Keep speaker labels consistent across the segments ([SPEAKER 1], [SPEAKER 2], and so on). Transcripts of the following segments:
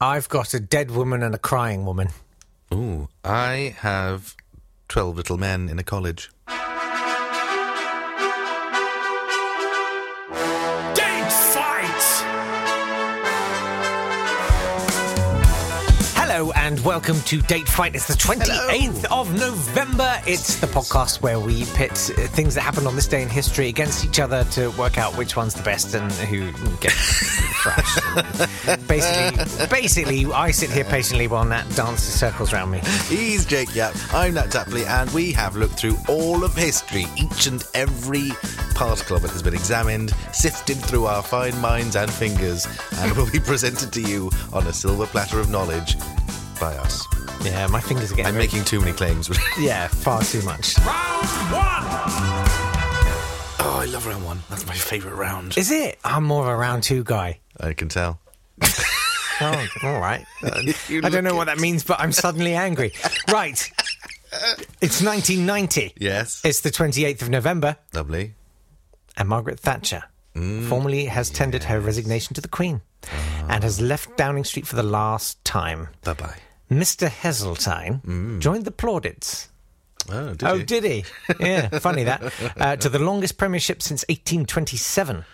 [SPEAKER 1] I've got a dead woman and a crying woman.
[SPEAKER 2] Ooh, I have 12 little men in a college.
[SPEAKER 3] Date fights!
[SPEAKER 1] Hello and welcome to Date Fight. It's the 28th of November. It's the podcast where we pit uh, things that happened on this day in history against each other to work out which one's the best and who gets crushed. basically, basically, I sit here patiently while Nat dances circles around me.
[SPEAKER 2] He's Jake Yap, I'm Nat Tapley, and we have looked through all of history. Each and every particle of it has been examined, sifted through our fine minds and fingers, and will be presented to you on a silver platter of knowledge by us.
[SPEAKER 1] Yeah, my fingers are getting.
[SPEAKER 2] I'm
[SPEAKER 1] really-
[SPEAKER 2] making too many claims. oh,
[SPEAKER 1] yeah, far too much.
[SPEAKER 3] Round one!
[SPEAKER 2] Oh, I love round one. That's my favourite round.
[SPEAKER 1] Is it? I'm more of a round two guy.
[SPEAKER 2] I can tell.
[SPEAKER 1] Oh, all right.
[SPEAKER 2] You
[SPEAKER 1] I don't know
[SPEAKER 2] look
[SPEAKER 1] what
[SPEAKER 2] it.
[SPEAKER 1] that means, but I'm suddenly angry. Right. It's 1990.
[SPEAKER 2] Yes.
[SPEAKER 1] It's the 28th of November,
[SPEAKER 2] Lovely.
[SPEAKER 1] and Margaret Thatcher formally has tendered her resignation to the Queen and has left Downing Street for the last time.
[SPEAKER 2] Bye bye.
[SPEAKER 1] Mr. Heseltine joined the plaudits.
[SPEAKER 2] Oh, did
[SPEAKER 1] Oh,
[SPEAKER 2] you?
[SPEAKER 1] did he? Yeah, funny that. Uh, to the longest premiership since 1827.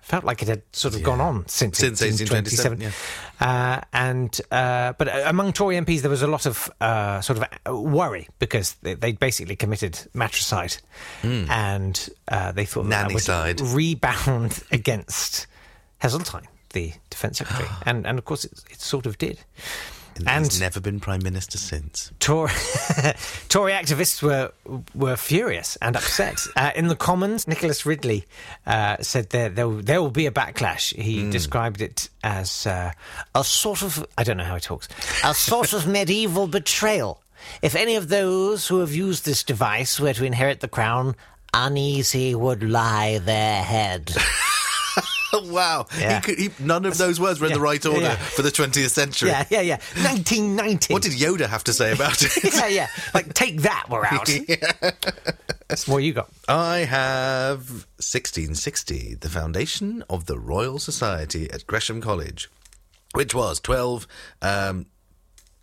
[SPEAKER 1] Felt like it had sort of gone on since,
[SPEAKER 2] Since
[SPEAKER 1] 1827.
[SPEAKER 2] 1827,
[SPEAKER 1] Uh, and uh, but uh, among Tory MPs, there was a lot of uh, sort of uh, worry because they, they basically committed matricide,
[SPEAKER 2] Hmm.
[SPEAKER 1] and uh, they thought that that would
[SPEAKER 2] Nanny-side.
[SPEAKER 1] rebound against Heseltine, the defence secretary, and and of course it, it sort of did.
[SPEAKER 2] And he's never been prime minister since.
[SPEAKER 1] Tory, Tory activists were were furious and upset. Uh, in the Commons, Nicholas Ridley uh, said there there will, there will be a backlash. He
[SPEAKER 2] Hmm.
[SPEAKER 1] described it as uh, a sort of I don't know how he talks a sort of medieval betrayal. If any of those who have used this device were to inherit the crown, uneasy would lie their head.
[SPEAKER 2] Oh, wow.
[SPEAKER 1] Yeah.
[SPEAKER 2] He could, he, none of those words were in the
[SPEAKER 1] Yeah.
[SPEAKER 2] right order
[SPEAKER 1] Yeah.
[SPEAKER 2] for the 20th century.
[SPEAKER 1] yeah, yeah, yeah. 1990.
[SPEAKER 2] What did Yoda have to say about it?
[SPEAKER 1] yeah, yeah. Like take that, we're out. That's What you got?
[SPEAKER 2] I have 1660, the foundation of the Royal Society at Gresham College, which was 12 um,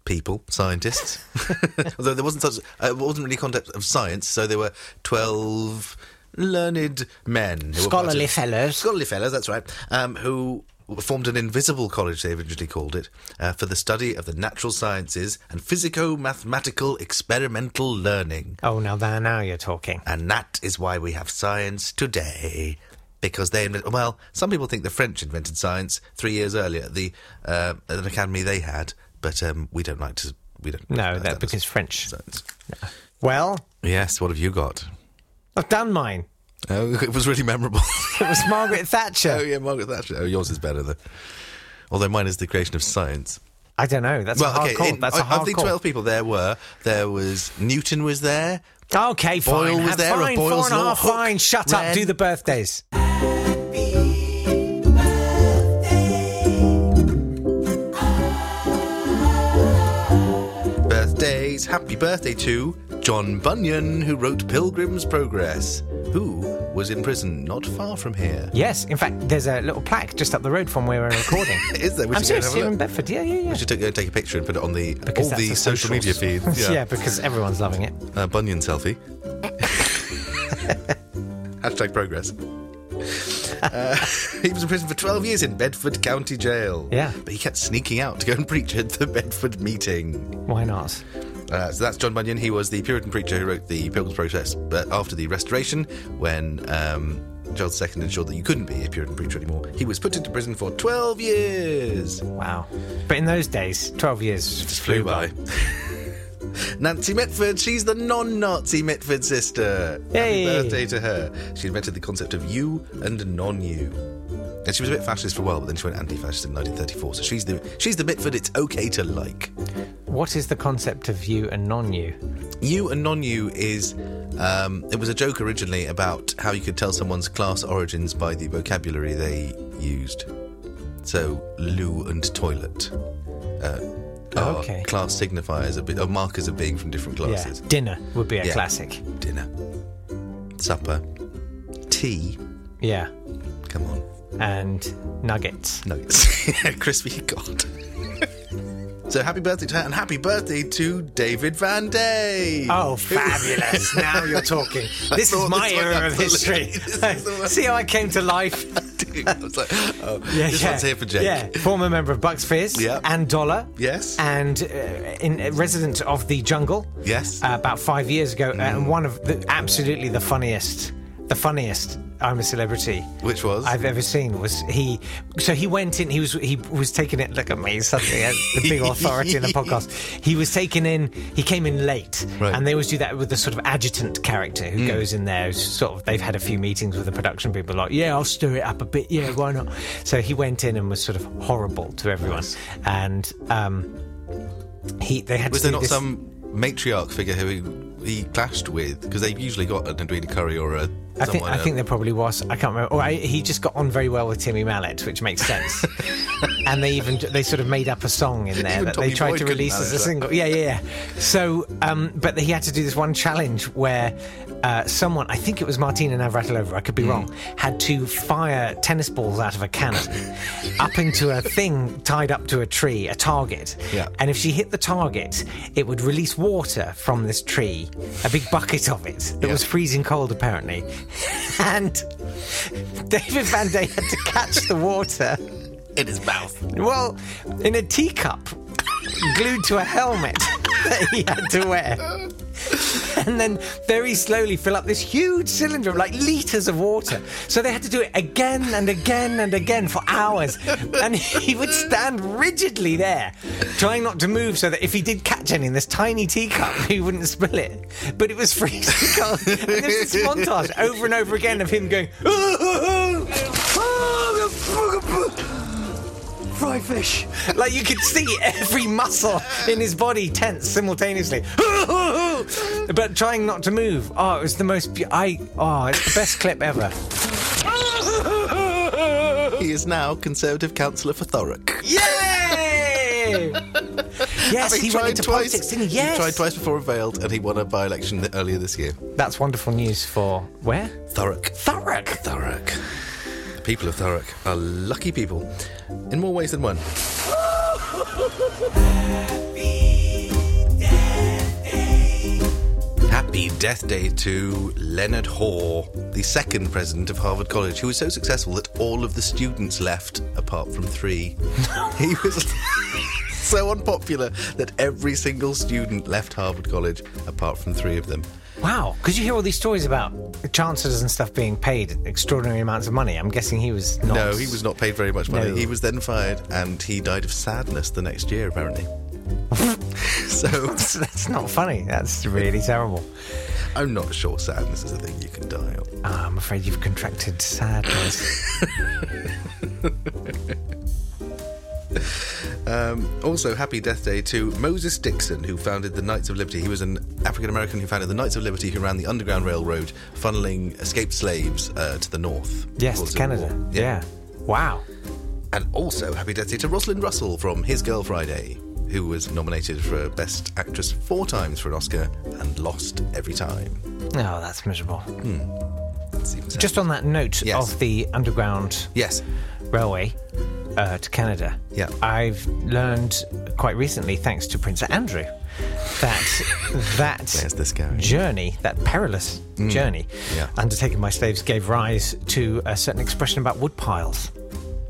[SPEAKER 2] people, scientists. Although there wasn't such, uh, it wasn't really a concept of science, so there were 12 learned men. who were part
[SPEAKER 1] Scholarly
[SPEAKER 2] of-
[SPEAKER 1] fellows.
[SPEAKER 2] Scholarly fellows, that's right, um, who formed an invisible college, they eventually called it, uh, for the study of the natural sciences and physico mathematical experimental learning.
[SPEAKER 1] Oh, now there, now you're talking.
[SPEAKER 2] And that is why we have science today. Because they invented, well, some people think the French invented science three years earlier at the uh, at an academy they had, but um, we don't like to. We don't.
[SPEAKER 1] No,
[SPEAKER 2] recognise
[SPEAKER 1] that
[SPEAKER 2] as
[SPEAKER 1] because French.
[SPEAKER 2] science.
[SPEAKER 1] Well,
[SPEAKER 2] Yes, what have you got?
[SPEAKER 1] I've done mine.
[SPEAKER 2] Oh, it was really memorable.
[SPEAKER 1] It was Margaret Thatcher.
[SPEAKER 2] oh yeah, Margaret Thatcher. Oh, yours is better though. Although mine is the creation of science.
[SPEAKER 1] I don't know. That's a
[SPEAKER 2] Well,
[SPEAKER 1] hard
[SPEAKER 2] okay.
[SPEAKER 1] call.
[SPEAKER 2] in-
[SPEAKER 1] That's a
[SPEAKER 2] of-
[SPEAKER 1] hard
[SPEAKER 2] of the
[SPEAKER 1] call.
[SPEAKER 2] twelve people there were, there was Newton was there.
[SPEAKER 1] Okay, fine.
[SPEAKER 2] Boyle was
[SPEAKER 1] Have-
[SPEAKER 2] there, or
[SPEAKER 1] fine,
[SPEAKER 2] Boyle's
[SPEAKER 1] four and a
[SPEAKER 2] Law,
[SPEAKER 1] half.
[SPEAKER 2] Hook,
[SPEAKER 1] Fine, shut up.
[SPEAKER 2] Wren.
[SPEAKER 1] Do the birthdays.
[SPEAKER 2] Birthdays. Happy birthday to John Bunyan, who wrote Pilgrim's Progress, who was in prison not far from here.
[SPEAKER 1] Yes, in fact, there's a little plaque just up the road from where we're recording.
[SPEAKER 2] Is there? We
[SPEAKER 1] I'm
[SPEAKER 2] should go
[SPEAKER 1] serious,
[SPEAKER 2] and have a
[SPEAKER 1] here in
[SPEAKER 2] look.
[SPEAKER 1] Bedford. Yeah, yeah, yeah.
[SPEAKER 2] Should take, go and take a picture and put it on the
[SPEAKER 1] Because
[SPEAKER 2] all
[SPEAKER 1] that's
[SPEAKER 2] the, social
[SPEAKER 1] socials.
[SPEAKER 2] media feeds.
[SPEAKER 1] yeah. because everyone's loving it.
[SPEAKER 2] Uh, Bunyan selfie. Hashtag progress. Uh, he was in prison for 12 years in Bedford County Jail.
[SPEAKER 1] Yeah.
[SPEAKER 2] But he kept sneaking out to go and preach at the Bedford meeting.
[SPEAKER 1] Why not?
[SPEAKER 2] Uh, so that's John Bunyan. He was the Puritan preacher who wrote the Pilgrim's Progress. But after the Restoration, when um, Charles II ensured that you couldn't be a Puritan preacher anymore, he was put into prison for 12 years.
[SPEAKER 1] Wow. But in those days, 12 years just
[SPEAKER 2] Flew by. Nancy Mitford, she's the non Nazi Mitford sister.
[SPEAKER 1] Hey.
[SPEAKER 2] Happy birthday to her. She invented the concept of you and non you. And she was a bit fascist for a while, but then she went anti fascist in 1934. So she's the she's the Mitford it's okay to like.
[SPEAKER 1] What is the concept of you and non you?
[SPEAKER 2] You and non you is. Um, it was a joke originally about how you could tell someone's class origins by the vocabulary they used. So, loo and toilet. Uh, are
[SPEAKER 1] Oh, Okay.
[SPEAKER 2] Class signifiers, of be- are markers of being from different
[SPEAKER 1] Yeah.
[SPEAKER 2] classes.
[SPEAKER 1] Dinner would be a
[SPEAKER 2] Yeah.
[SPEAKER 1] classic.
[SPEAKER 2] dinner, supper, tea.
[SPEAKER 1] Yeah.
[SPEAKER 2] Come on,
[SPEAKER 1] And nuggets.
[SPEAKER 2] nuggets, crispy. God, So happy birthday to her and happy birthday to David Van Day.
[SPEAKER 1] Oh, fabulous. now you're talking. This is
[SPEAKER 2] thought
[SPEAKER 1] my
[SPEAKER 2] this one
[SPEAKER 1] era of history.
[SPEAKER 2] absolutely- this is the one.
[SPEAKER 1] See how I came to life?
[SPEAKER 2] I was like, oh,
[SPEAKER 1] Yeah,
[SPEAKER 2] this
[SPEAKER 1] yeah.
[SPEAKER 2] one's here for Jake.
[SPEAKER 1] Yeah, former member of Bucks Fizz
[SPEAKER 2] Yeah.
[SPEAKER 1] and Dollar.
[SPEAKER 2] Yes.
[SPEAKER 1] And uh, in, uh, resident of the jungle.
[SPEAKER 2] Yes. Mm.
[SPEAKER 1] Uh, about five years ago. And one of the absolutely the funniest, the funniest I'm a Celebrity
[SPEAKER 2] Which was?
[SPEAKER 1] I've ever seen was he. So he went in. He was he was taking it. Look at me, suddenly uh, the big authority in the podcast. He was taken in. He came in late,
[SPEAKER 2] Right. Hmm.
[SPEAKER 1] and they always do that with the sort of adjutant character who goes in there. who's Sort of, they've had a few meetings with the production people. Like, yeah, I'll stir it up a bit. Yeah, why not? So he went in and was sort of horrible to everyone, and um, he they had
[SPEAKER 2] Was
[SPEAKER 1] to
[SPEAKER 2] there
[SPEAKER 1] do
[SPEAKER 2] not
[SPEAKER 1] this-
[SPEAKER 2] some matriarch figure who he, he clashed with? Because they've usually got an Edwina Curry or a
[SPEAKER 1] I think,
[SPEAKER 2] someone.
[SPEAKER 1] I
[SPEAKER 2] uh,
[SPEAKER 1] think there probably was. I can't remember. Or I, he just got on very well with Timmy Mallet, which makes sense. and they even they sort of made up a song in there
[SPEAKER 2] Even
[SPEAKER 1] that
[SPEAKER 2] Tommy
[SPEAKER 1] they tried
[SPEAKER 2] Boyd
[SPEAKER 1] to
[SPEAKER 2] couldn't
[SPEAKER 1] release as a
[SPEAKER 2] manage that.
[SPEAKER 1] single. Yeah, yeah, yeah. So, um, but he had to do this one challenge where uh, someone, I think it was Martina Navratilova, I could
[SPEAKER 2] Hmm.
[SPEAKER 1] be wrong, had to fire tennis balls out of a cannon up into a thing tied up to a tree, a target.
[SPEAKER 2] Yeah.
[SPEAKER 1] And if she hit the target, it would release water from this tree, a big bucket of it. It
[SPEAKER 2] Yeah.
[SPEAKER 1] was freezing cold, apparently. and David Van Day had to catch the water.
[SPEAKER 2] in his mouth.
[SPEAKER 1] Well, in a teacup, glued to a helmet that he had to wear. And then very slowly fill up this huge cylinder of like litres of water. So they had to do it again and again and again for hours. And he would stand rigidly there, trying not to move so that if he did catch any in this tiny teacup, he wouldn't spill it. But it was freezing cold. And there's this montage over and over again of him going,
[SPEAKER 4] Fry fish.
[SPEAKER 1] Like you could see every muscle in his body tense simultaneously, but trying not to move. Oh, it was the most. Be- I oh, it's the best clip ever.
[SPEAKER 2] He is now Conservative councillor for Thurrock.
[SPEAKER 1] Yay! yes, he went into politics, didn't he? Yes,
[SPEAKER 2] tried twice before and failed, and he won a by-election th- earlier this year.
[SPEAKER 1] That's wonderful news for where
[SPEAKER 2] Thurrock.
[SPEAKER 1] Thurrock.
[SPEAKER 2] Thurrock. The people of Thurrock are lucky people in more ways than one. Happy Death Day to Leonard Hoare, the second president of Harvard College, who was so successful that all of the students left, apart from three. he was so unpopular that every single student left Harvard College, apart from three of them.
[SPEAKER 1] Wow, because you hear all these stories about the chancellors and stuff being paid extraordinary amounts of money. I'm guessing he was not.
[SPEAKER 2] No, he was not paid very much money.
[SPEAKER 1] No.
[SPEAKER 2] He was then fired, and he died of sadness the next year, apparently. so
[SPEAKER 1] That's not funny. That's really terrible.
[SPEAKER 2] I'm not sure sadness is a thing you can die of.
[SPEAKER 1] Ah, I'm afraid you've contracted sadness.
[SPEAKER 2] Um, Also, happy death day to Moses Dixon, who founded the Knights of Liberty. He was an African American who founded the Knights of Liberty, who ran the Underground Railroad, funneling escaped slaves uh, to the north.
[SPEAKER 1] Yes,
[SPEAKER 2] towards
[SPEAKER 1] to
[SPEAKER 2] the
[SPEAKER 1] Canada.
[SPEAKER 2] war.
[SPEAKER 1] Yeah. Wow.
[SPEAKER 2] And also, happy death day to Rosalind Russell from His Girl Friday, who was nominated for Best Actress four times for an Oscar and lost every time.
[SPEAKER 1] Oh, that's miserable.
[SPEAKER 2] It's even sad.
[SPEAKER 1] Just on that note
[SPEAKER 2] Yes.
[SPEAKER 1] of the underground
[SPEAKER 2] yes.
[SPEAKER 1] railway uh, to Canada,
[SPEAKER 2] Yeah.
[SPEAKER 1] I've learned quite recently, thanks to Prince Andrew, that that
[SPEAKER 2] Where's this going?
[SPEAKER 1] journey, that perilous journey
[SPEAKER 2] Mm. Yeah.
[SPEAKER 1] undertaken by slaves, gave rise to a certain expression about wood piles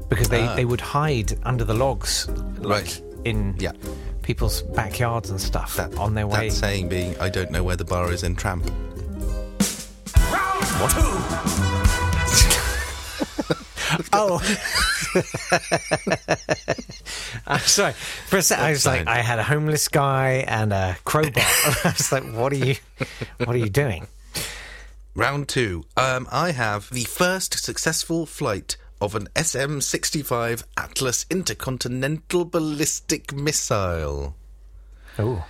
[SPEAKER 1] because they, they would hide under the logs, like
[SPEAKER 2] Ah. Right.
[SPEAKER 1] in
[SPEAKER 2] Yeah.
[SPEAKER 1] people's backyards and stuff
[SPEAKER 2] That-
[SPEAKER 1] on their way.
[SPEAKER 2] That saying being, I don't know where the bar is in Tramp.
[SPEAKER 3] Round two.
[SPEAKER 1] Oh. I'm sorry. For a sec, I was like,
[SPEAKER 2] fine.
[SPEAKER 1] I had a homeless guy and a crowbar. I was like, what are you, what are you doing?
[SPEAKER 2] Round two. Um, I have the first successful flight of an SM 65 Atlas intercontinental ballistic missile,
[SPEAKER 1] Oh,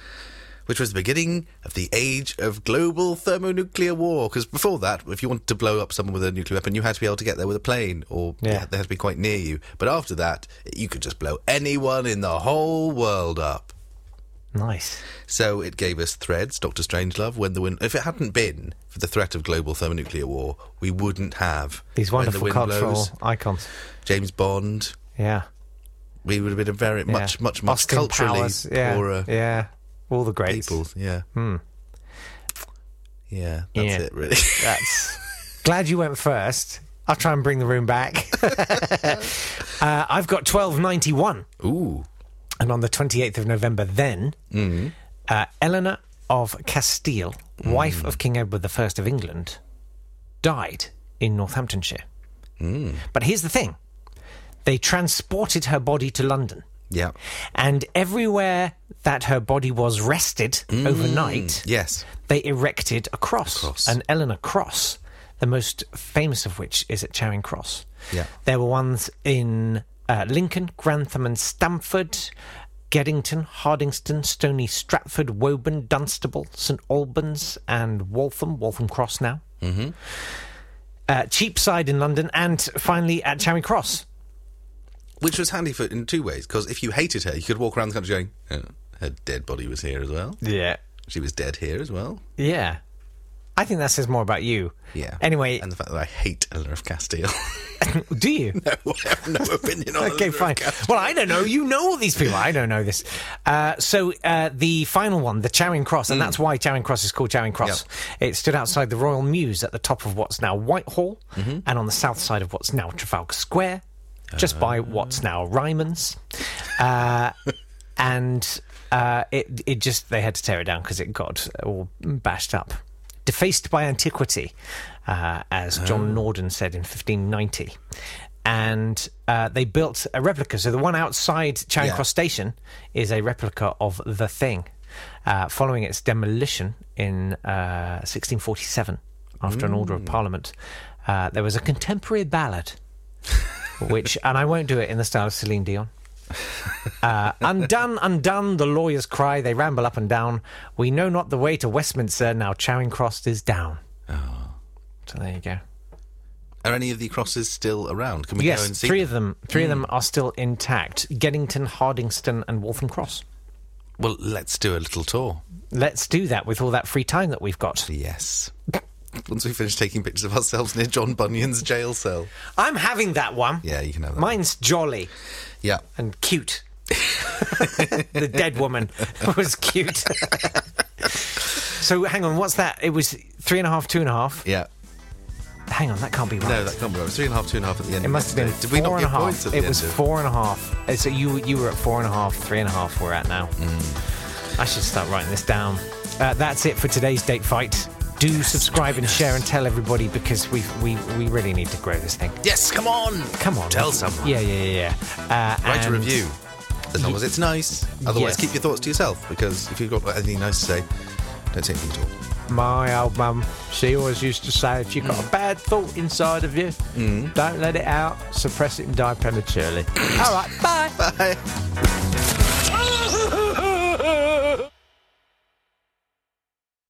[SPEAKER 2] which was the beginning of the age of global thermonuclear war. Because before that, if you wanted to blow up someone with a nuclear weapon, you had to be able to get there with a plane, or
[SPEAKER 1] Yeah.
[SPEAKER 2] they had to be quite near you. But after that, you could just blow anyone in the whole world up.
[SPEAKER 1] nice.
[SPEAKER 2] So it gave us threads, Doctor Strangelove, when the wind. If it hadn't been for the threat of global thermonuclear war, we wouldn't have
[SPEAKER 1] These
[SPEAKER 2] When the
[SPEAKER 1] wonderful
[SPEAKER 2] Wind
[SPEAKER 1] cultural
[SPEAKER 2] Blows,
[SPEAKER 1] icons.
[SPEAKER 2] James Bond,
[SPEAKER 1] Yeah.
[SPEAKER 2] we would have been a very much, much, much
[SPEAKER 1] Austin
[SPEAKER 2] culturally
[SPEAKER 1] Powers, yeah,
[SPEAKER 2] poorer
[SPEAKER 1] Yeah, all the greats.
[SPEAKER 2] people. Yeah. Yeah, that's
[SPEAKER 1] Yeah.
[SPEAKER 2] it, really.
[SPEAKER 1] That's glad you went first. I'll try and bring the room back. uh, I've got twelve ninety one,
[SPEAKER 2] Ooh.
[SPEAKER 1] and on the twenty eighth of November, then uh, Eleanor of Castile, wife of King Edward I of England, died in Northamptonshire. But here's the thing: they transported her body to London,
[SPEAKER 2] Yeah.
[SPEAKER 1] and everywhere that her body was rested overnight,
[SPEAKER 2] Yes.
[SPEAKER 1] they erected a cross,
[SPEAKER 2] cross.
[SPEAKER 1] an Eleanor cross, the most famous of which is at Charing Cross.
[SPEAKER 2] Yeah.
[SPEAKER 1] There were ones in uh, Lincoln, Grantham, and Stamford, Geddington, Hardingston, Stony Stratford, Woburn, Dunstable, St Albans, and Waltham, Waltham Cross now. Mm-hmm. Uh, Cheapside in London, and finally at Charing Cross.
[SPEAKER 2] Which was handy for in two ways, because if you hated her, you could walk around the country going, "Oh, her dead body was here as well.
[SPEAKER 1] Yeah.
[SPEAKER 2] She was dead here as well.
[SPEAKER 1] Yeah. I think that says more about you.
[SPEAKER 2] Yeah.
[SPEAKER 1] Anyway,
[SPEAKER 2] And the fact that I hate Eleanor of Castile.
[SPEAKER 1] do you?
[SPEAKER 2] no, I have no opinion on
[SPEAKER 1] okay,
[SPEAKER 2] Eleanor of
[SPEAKER 1] fine.
[SPEAKER 2] Castile.
[SPEAKER 1] Well, I don't know. You know all these people. I don't know this. Uh, so uh, the final one, the Charing Cross, and that's why Charing Cross is called Charing Cross. It stood outside the Royal Mews at the top of what's now Whitehall, and on the south side of what's now Trafalgar Square, just by what's now Ryman's, uh, and uh, it it just they had to tear it down because it got all bashed up. Defaced by antiquity, uh, as John Norden said in 1590 and uh, they built a replica. So the one outside Charing
[SPEAKER 2] Yeah.
[SPEAKER 1] Cross Station is a replica of the thing. Uh, following its demolition in uh, 1647, after an order of Parliament, uh, there was a contemporary ballad, which, and I won't do it in the style of Celine Dion. Uh, undone, undone, the lawyers cry, they ramble up and down. We know not the way to Westminster, now Charing Cross is down.
[SPEAKER 2] Oh.
[SPEAKER 1] So there you go.
[SPEAKER 2] Are any of the crosses still around? Can we go and
[SPEAKER 1] Yes,
[SPEAKER 2] see Hmm.
[SPEAKER 1] three
[SPEAKER 2] them?
[SPEAKER 1] of them. Three of them are still intact: Geddington, Hardingston, and Waltham Cross.
[SPEAKER 2] Well, let's do a little tour.
[SPEAKER 1] Let's do that with all that free time that we've got.
[SPEAKER 2] Yes. Once we finish taking pictures of ourselves near John Bunyan's jail cell.
[SPEAKER 1] I'm having that one.
[SPEAKER 2] Yeah, you can have that.
[SPEAKER 1] Mine's jolly
[SPEAKER 2] Yeah.
[SPEAKER 1] and cute. the dead woman was cute. so hang on, what's that? It was three and a half, two and a half.
[SPEAKER 2] Yeah.
[SPEAKER 1] Hang on, that can't be right.
[SPEAKER 2] No, that can't be right. It was Three and a half, two and a half at the end.
[SPEAKER 1] it must have been
[SPEAKER 2] Did
[SPEAKER 1] four
[SPEAKER 2] we not
[SPEAKER 1] and a
[SPEAKER 2] give
[SPEAKER 1] half.
[SPEAKER 2] points at
[SPEAKER 1] it
[SPEAKER 2] the
[SPEAKER 1] was
[SPEAKER 2] end? of-
[SPEAKER 1] four and a half. Uh, So you you were at four and a half, three and a half. We're at now.
[SPEAKER 2] Mm.
[SPEAKER 1] I should start writing this down. Uh, that's it for today's date fight. Do subscribe and share and tell everybody because we we we really need to grow this thing.
[SPEAKER 2] Yes, come on.
[SPEAKER 1] Come on,
[SPEAKER 2] Tell someone.
[SPEAKER 1] Yeah, yeah, yeah. yeah. Uh,
[SPEAKER 2] Write a
[SPEAKER 1] and-
[SPEAKER 2] review. As long as it's nice. Otherwise,
[SPEAKER 1] Yes.
[SPEAKER 2] keep your thoughts to yourself because if you've got anything nice to say, don't say anything at all.
[SPEAKER 1] My old mum, she always used to say, if you've got a
[SPEAKER 2] Mm.
[SPEAKER 1] bad thought inside of you, don't let it out, suppress it and die prematurely. All right, bye.
[SPEAKER 2] Bye.